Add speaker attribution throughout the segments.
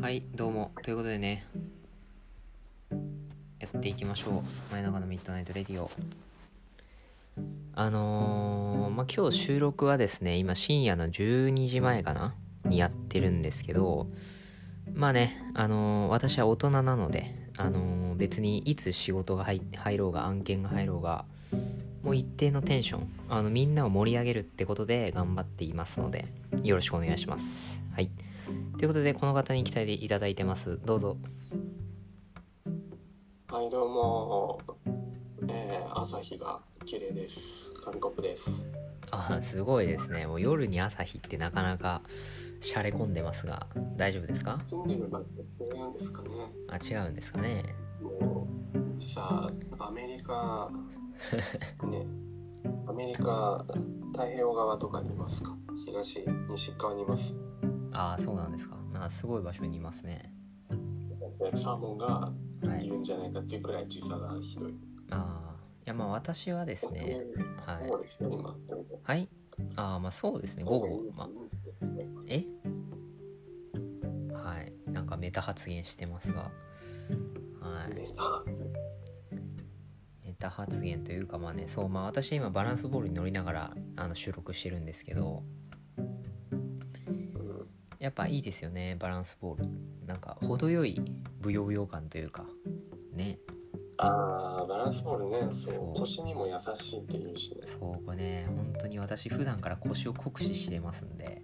Speaker 1: はいどうもということでねやっていきましょう前永のミッドナイトレディオあのーまあ今日収録はですね今深夜の12時前かなにやってるんですけどまあねあのー私は大人なのであのー別にいつ仕事が入入ろうが案件が入ろうがもう一定のテンションあのみんなを盛り上げるってことで頑張っていますのでよろしくお願いしますはいということでこの方に期待でいただいてますどうぞ
Speaker 2: はい、どうも。えー、朝日が綺麗です。韓国です。
Speaker 1: あすごいですねもう夜に朝日ってなかなかしゃれ込んでますが大丈夫ですか
Speaker 2: 住んでる場所って違うんですかね。
Speaker 1: あ違うんですかね
Speaker 2: もう、さあ、アメ リカ、ね、アメリカ、太平洋側とかにいますか東、西側にいます。
Speaker 1: あそうなんですかあすごい場所にいますね
Speaker 2: サーモンが
Speaker 1: はいい
Speaker 2: るんじゃないかっていうくらい時差がひどい。
Speaker 1: あーいやまあ私はですねは
Speaker 2: そう
Speaker 1: い、
Speaker 2: ですよ、今。
Speaker 1: はい、あーまあそうですね午後まあえはいなんかメタ発言してますがはい
Speaker 2: ねあ
Speaker 1: メタ発言というかまあねそうまあ私今バランスボールに乗りながらあの収録してるんですけど
Speaker 2: うん
Speaker 1: やっぱいいですよねバランスボールなんか程よいブヨブヨ感というかね
Speaker 2: あーバランスボールね、そ
Speaker 1: そう
Speaker 2: う、腰にも優しいっていうしね。
Speaker 1: そうこれね本当に私普段から腰を酷使してますんで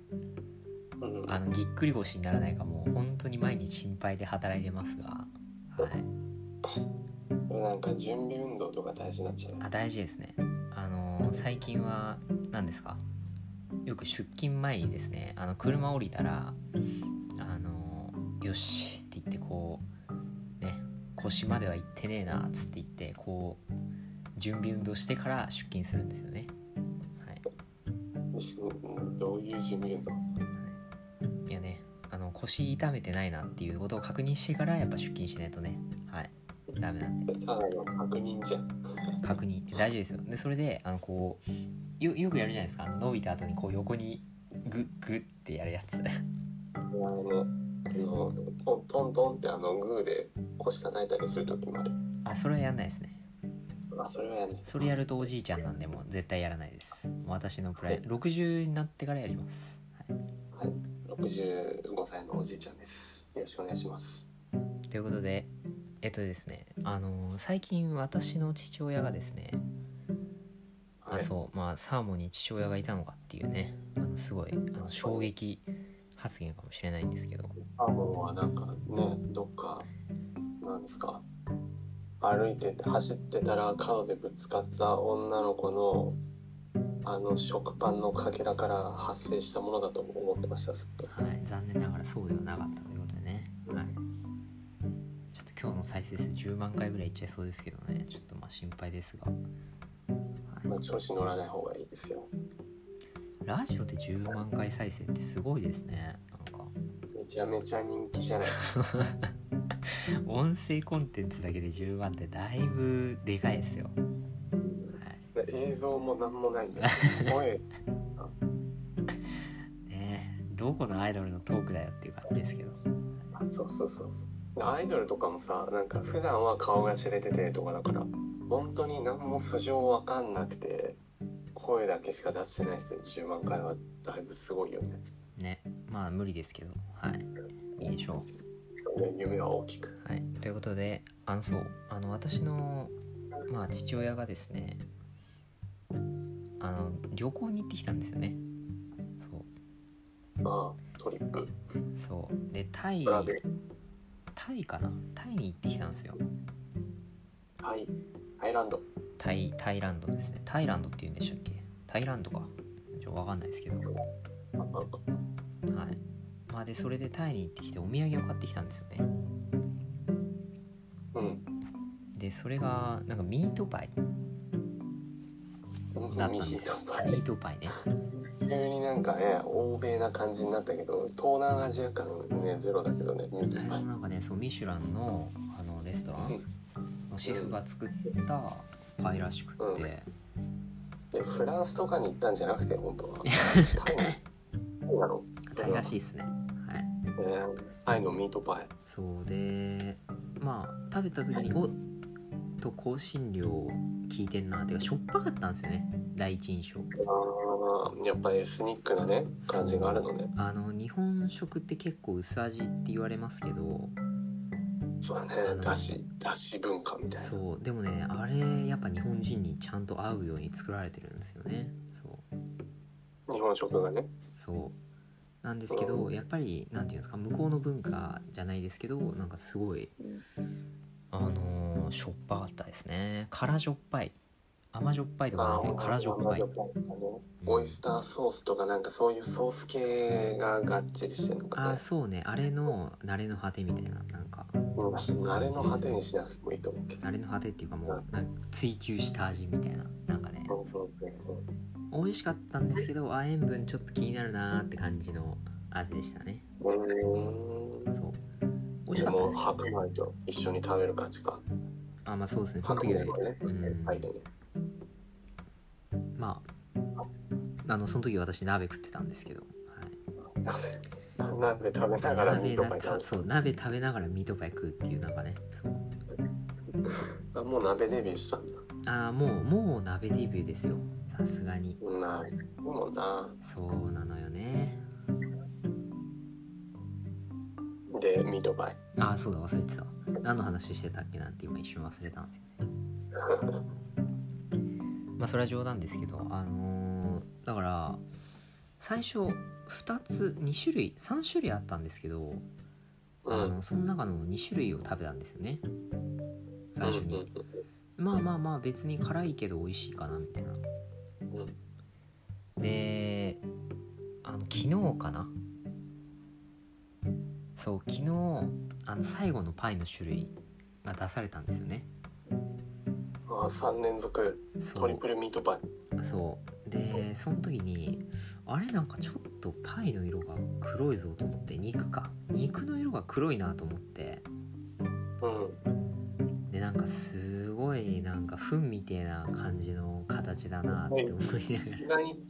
Speaker 2: うん
Speaker 1: あのぎっくり腰にならないかもう本当に毎日心配で働いてますがはい
Speaker 2: なんか準備運動とか大事なんじゃない
Speaker 1: あ大事ですねあのー最近は何ですかよく出勤前にですねあの車降りたらあのーよしって言ってこうね腰までは行ってねえなっつって言ってこう準備運動してから出勤するんですよねはい、
Speaker 2: うんどういう準備運動
Speaker 1: はい、いやねあの腰痛めてないなっていうことを確認してからやっぱ出勤しないとねはいダメなんで
Speaker 2: ただの確認じゃん。
Speaker 1: 確認大事ですよでそれであのこうよよくやるじゃないですかあの伸びた後にこう横にグッグッってやるやつ
Speaker 2: あの、あのトントントンってあのグーで腰叩いたりする時もある。
Speaker 1: あそれはやんないですね
Speaker 2: あ、それはやね。
Speaker 1: それやるとおじいちゃんなんでもう絶対やらないですもう私のプライド60になってからやります、は
Speaker 2: はい。65歳のおじいちゃんです。よろしくお願いします。
Speaker 1: い、ということでえっとですねあの最近私の父親がですねあ
Speaker 2: はい。
Speaker 1: そうまあサーモンに父親がいたのかっていうねあのすごいあの衝撃発言かもしれないんですけど
Speaker 2: サーモンはなんかね、どっか、なんですか。歩いてて走ってたら角でぶつかった女の子のあの食パンのかけらから発生したものだと思ってましたずっと。
Speaker 1: はい、残念ながらそうではなかったということでね、はい、ちょっと今日の再生数10万回ぐらいいっちゃいそうですけどねちょっとまあ心配ですが、
Speaker 2: ま
Speaker 1: は
Speaker 2: あ、
Speaker 1: い、
Speaker 2: 調子乗らない方がいいですよ。
Speaker 1: ラジオで10万回再生ってすごいですねなんか
Speaker 2: めちゃめちゃ人気じゃない。
Speaker 1: 音声コンテンツだけで10万ってだいぶでかいですよ、は
Speaker 2: 映像もなんもないんだよ。声、
Speaker 1: い、ねえどこのアイドルのトークだよっていう感じですけど
Speaker 2: そうそうそうそう。アイドルとかもさ、なんか普段は顔が知れててとかだから、本当に何も素性わかんなくて、声だけしか出してない人10万回はだいぶすごいよね。
Speaker 1: ねまあ無理ですけどはいいいでしょう
Speaker 2: 夢は大きく。
Speaker 1: はい、ということであのそうあの私の、まあ、父親がですねあの旅行に行ってきたんですよねそう
Speaker 2: ああ、トリップ。
Speaker 1: そうでタイ
Speaker 2: ブラベル。
Speaker 1: タイかなタイに行ってきたんですよ
Speaker 2: はい。アイランド。
Speaker 1: タイタイランドですねタイランドっていうんでしたっけタイランドかちょっと分かんないですけど
Speaker 2: ああ
Speaker 1: はいまあでそれでタイに行ってきてお土産を買ってきたんですよね
Speaker 2: うん。
Speaker 1: でそれがなんかミートパイ
Speaker 2: ミ
Speaker 1: だったんです
Speaker 2: ヒ
Speaker 1: よ
Speaker 2: ートパイ
Speaker 1: ミ。ートパイね
Speaker 2: 急になんかね欧米な感じになったけど東南アジア感ねゼロだけどねミ
Speaker 1: あれ
Speaker 2: ートパ
Speaker 1: も
Speaker 2: イ
Speaker 1: なんかねそうミシュランのあのレストランのシェフが作ったパイらしくって、
Speaker 2: でフランスとかに行ったんじゃなくて本当はタイなの
Speaker 1: タイらしいですねはい
Speaker 2: えー、タイのミートパイ。
Speaker 1: そうでまあ食べた時におっと香辛料効いてんなっていうかしょっぱかったんですよね第一印象
Speaker 2: あーやっぱエスニックなね感じがあるのね。
Speaker 1: あの日本食って結構薄味って言われますけど
Speaker 2: そうだね
Speaker 1: あの
Speaker 2: だしだし文化みたいな。
Speaker 1: そうでもねあれやっぱ日本人にちゃんと合うように作られてるんですよねそう
Speaker 2: 日本食がね。
Speaker 1: そうなんですけどやっぱりなんていうんですか向こうの文化じゃないですけどなんかすごいあのーしょっぱかったですね辛じょっぱい甘じょっぱいとかじゃなくて辛じょっぱい
Speaker 2: 辛じょっぱいとかねオイスターソースとかなんかそういうソース系ががっちりしてるのか
Speaker 1: あ
Speaker 2: ね。
Speaker 1: そうねあれの慣れの果てみたいななんか
Speaker 2: うん、あれの果てにしなくてもいいと思うけど。
Speaker 1: 慣れの果てっていうかもうなんか追求した味みたいななんかね
Speaker 2: そうそうそう
Speaker 1: 美味しかったんですけどあ塩分ちょっと気になるなーって感じの味でしたね
Speaker 2: うーん
Speaker 1: そう美味し
Speaker 2: で
Speaker 1: かったで
Speaker 2: も
Speaker 1: す
Speaker 2: 白米と一緒に食べる感じか。
Speaker 1: あまあそうですねその
Speaker 2: 白
Speaker 1: 時
Speaker 2: 米
Speaker 1: は
Speaker 2: はね、
Speaker 1: うん
Speaker 2: はいね。
Speaker 1: まああのその時私鍋食ってたんですけど、はい、
Speaker 2: 鍋食べながらミートパイ
Speaker 1: 鍋な
Speaker 2: 食
Speaker 1: そう鍋食べながらミートパイ食うっていうなんかねそう
Speaker 2: べた。あもう鍋デビューしたんだ。
Speaker 1: ああもうもう鍋デビューですよさすがに
Speaker 2: うんなもうな。
Speaker 1: そうなのよね
Speaker 2: でミートパイ。
Speaker 1: ああそうだ忘れてたわ何の話してたっけなんて今一瞬忘れたんですよね まあそれは冗談ですけどあのーだから最初2つ2種類3種類あったんですけど
Speaker 2: うん。
Speaker 1: あのその中の2種類を食べたんですよね最初に、まあまあまあ別に辛いけど美味しいかなみたいな
Speaker 2: うんうんうん
Speaker 1: であの昨日かなそう昨日あの最後のパイの種類が出されたんですよね
Speaker 2: あ3連続
Speaker 1: そ
Speaker 2: トリ
Speaker 1: う
Speaker 2: プルミートパイ
Speaker 1: そうでその時にあれなんかちょっとパイの色が黒いぞと思って肉か肉の色が黒いなと思って
Speaker 2: うん
Speaker 1: でなんかすごいなんか糞みたいな感じの形だなって思いな がら
Speaker 2: 意外に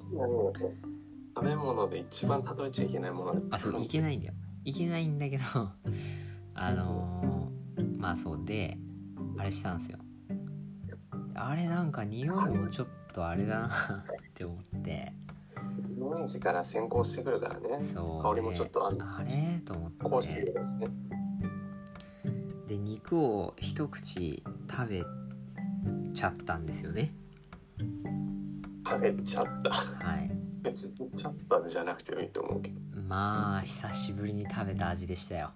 Speaker 2: 食べ物で一番例えちゃいけないもの
Speaker 1: あそういけないんだよいけないんだけどあのーまあそうであれしたんですよあれなんか匂いもちょっとあれだなって思って
Speaker 2: オレンジから先行してくるからね
Speaker 1: そう、ね、
Speaker 2: 香りもちょっとある
Speaker 1: あれと思
Speaker 2: こう
Speaker 1: っ、
Speaker 2: しててくるですね
Speaker 1: で肉を一口食べちゃったんですよね
Speaker 2: 食べちゃった
Speaker 1: はい
Speaker 2: 別にちゃったじゃなくてもいいと思うけど
Speaker 1: まあ久しぶりに食べた味でしたよ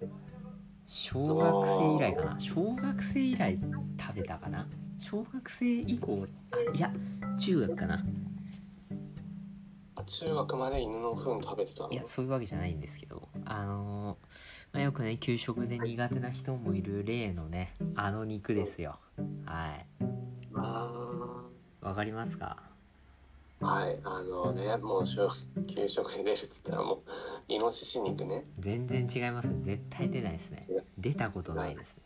Speaker 1: 小学生以来かな小学生以来食べたかな小学生以降あいや中学かな
Speaker 2: あ中学まで犬の糞食べてたの
Speaker 1: いやそういうわけじゃないんですけどあのーまあ、よくね給食で苦手な人もいる例のねあの肉ですよはい
Speaker 2: あ
Speaker 1: わかりますか
Speaker 2: ーはいあのねもう小給食に入れるっつったらもうイノシシ肉ね
Speaker 1: 全然違いますね絶対出ないですね出たことないです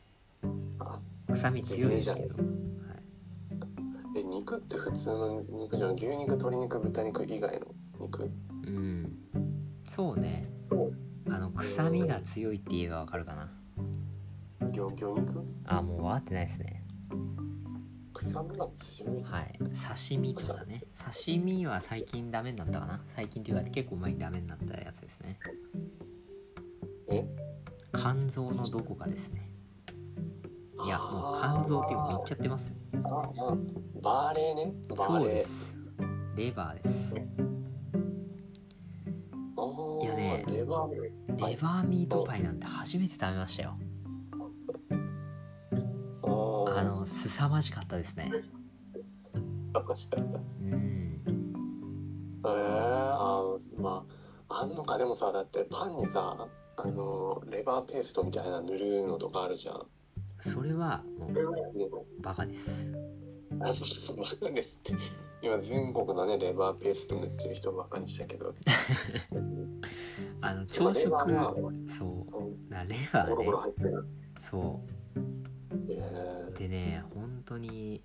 Speaker 1: ね
Speaker 2: あ
Speaker 1: 臭み強いですけど、はい、
Speaker 2: え肉って普通の肉じゃん牛肉鶏肉豚肉以外の肉
Speaker 1: うんそうねあの臭みが強いって言えばわかるかな
Speaker 2: 魚魚肉
Speaker 1: あもう分かってないですね
Speaker 2: 臭みが強い
Speaker 1: はい刺身とかね刺身は最近ダメになったかな最近っていうか結構前にダメになったやつですね
Speaker 2: え
Speaker 1: 肝臓のどこかですねいやもう肝臓っていうかめっちゃってますね
Speaker 2: ああバーレーねバ
Speaker 1: そ
Speaker 2: ー
Speaker 1: う
Speaker 2: レ
Speaker 1: で
Speaker 2: ー
Speaker 1: すレバーです
Speaker 2: あー
Speaker 1: いやね
Speaker 2: レバーレ
Speaker 1: レバーミートパイなんて初めて食べましたよ
Speaker 2: あー
Speaker 1: あの凄まじかったですね
Speaker 2: 楽しかった
Speaker 1: うん
Speaker 2: えー、あーまああんのかでもさだってパンにさあのレバーペーストみたいな塗るのとかあるじゃん
Speaker 1: それはもう
Speaker 2: ね
Speaker 1: バカです
Speaker 2: あの人バカですって今全国のねレバーペースト塗ってる人ばかにしたけど
Speaker 1: あの
Speaker 2: そ
Speaker 1: 朝
Speaker 2: うレ
Speaker 1: 食
Speaker 2: バーが
Speaker 1: そう
Speaker 2: うん
Speaker 1: なレバ
Speaker 2: ゴロゴロ
Speaker 1: ーね
Speaker 2: 入ってる
Speaker 1: そ
Speaker 2: え
Speaker 1: う
Speaker 2: ー
Speaker 1: でね本当に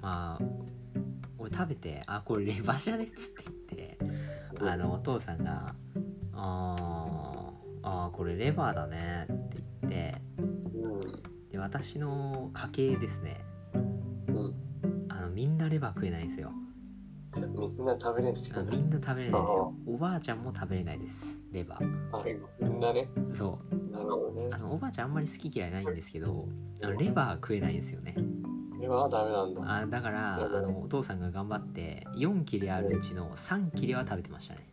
Speaker 1: まあ俺食べて「あこれレバーじゃね?」っつって言ってあのお父さんが「あーああこれレバーだねって言って
Speaker 2: う
Speaker 1: で私の家系ですね
Speaker 2: んうん
Speaker 1: あのみんなレバー食えないんですよ
Speaker 2: みんな食べれる
Speaker 1: あ
Speaker 2: よ
Speaker 1: のみ
Speaker 2: ね
Speaker 1: んな食べれないですよおばあちゃんも食べれないですレバー
Speaker 2: あみんなね
Speaker 1: そ
Speaker 2: なるほど
Speaker 1: うあ
Speaker 2: ね
Speaker 1: のおばあちゃんあんまり好き嫌いないんですけどあのレバー食えないんですよね
Speaker 2: レバーはダメなんだ
Speaker 1: あだからあのお父さんが頑張って4切れあるうちの3切れは食べてましたね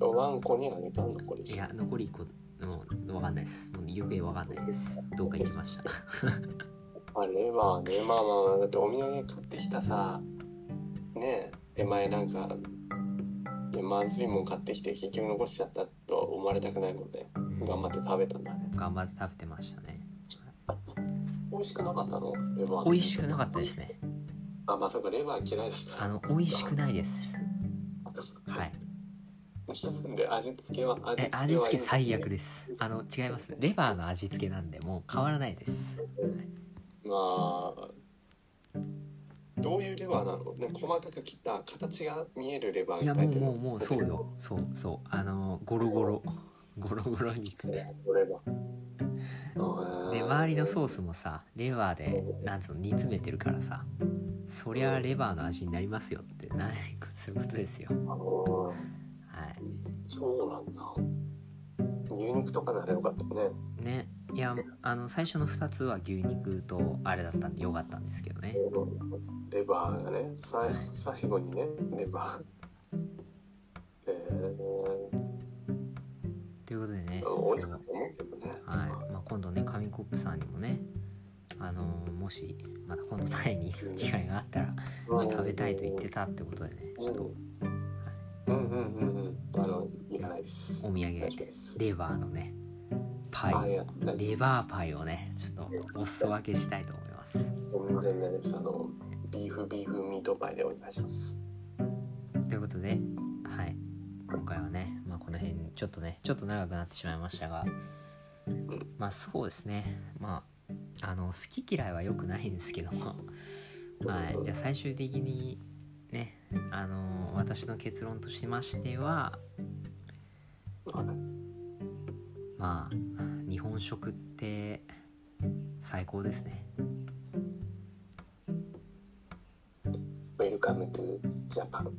Speaker 2: ワンコにあげたのこれ
Speaker 1: いや残り1個もう分かんないですもう行方分かんないですどうか言いました
Speaker 2: あレバーねまあまあまあだってお土産買ってきたさねえ手前なんかいやまずいもん買ってきて結局残しちゃったと思われたくないので
Speaker 1: うん
Speaker 2: 頑張って食べたんだね
Speaker 1: 頑張って食べてましたね
Speaker 2: 美味しくなかったのレバー
Speaker 1: 美味しくなかったですね
Speaker 2: あまさかレバー嫌いですか
Speaker 1: あの美味しくないですはい
Speaker 2: で味付けは味
Speaker 1: え味付け最悪
Speaker 2: で
Speaker 1: ですあの違いますレバーの味付けなんでもう変わらないです
Speaker 2: まあどういうレバーなのね細かく切った形が見えるレバー
Speaker 1: いや
Speaker 2: が
Speaker 1: も
Speaker 2: 入っ
Speaker 1: う
Speaker 2: てる
Speaker 1: もうもうそうよそうそうあのゴロゴロゴロゴロ肉で
Speaker 2: レバー
Speaker 1: で周りのソー
Speaker 2: ス
Speaker 1: スもさレバーでなんつうの煮詰めてるからさそりゃレバーの味になりますよってなそういうことですよはい
Speaker 2: そうなんだ牛肉とかならよかったね
Speaker 1: ねいやあの最初の2つは牛肉とあれだったんでよかったんですけどね
Speaker 2: レバーがねさい最後にねレバーえー、
Speaker 1: ということでね
Speaker 2: 美味し
Speaker 1: そ
Speaker 2: か
Speaker 1: の
Speaker 2: ったと思うけどね
Speaker 1: はいまあ、今度ね紙コップさんにもねあのーもしまた今度タイに行く機会があったら
Speaker 2: うん
Speaker 1: 食べたいと言ってたってことでねちょっと
Speaker 2: うんうんうんうんあのいらないです
Speaker 1: お土産
Speaker 2: 大丈夫です
Speaker 1: レバーのねパ
Speaker 2: あい
Speaker 1: イ
Speaker 2: や大丈
Speaker 1: レバーパイをねちょっとお裾分けしたいと思います
Speaker 2: 夫全然大丈夫ですあのビーフビーフミートパイでお願いします
Speaker 1: ということではい今回はね、まあ、この辺ちょっとねちょっと長くなってしまいましたがまあそうですねまああの好き嫌いは良くないんですけどもはいじゃあ最終的にねあの私の結論としましては
Speaker 2: はい
Speaker 1: まあ日本食って最高ですね
Speaker 2: ウェルカムトゥジャパン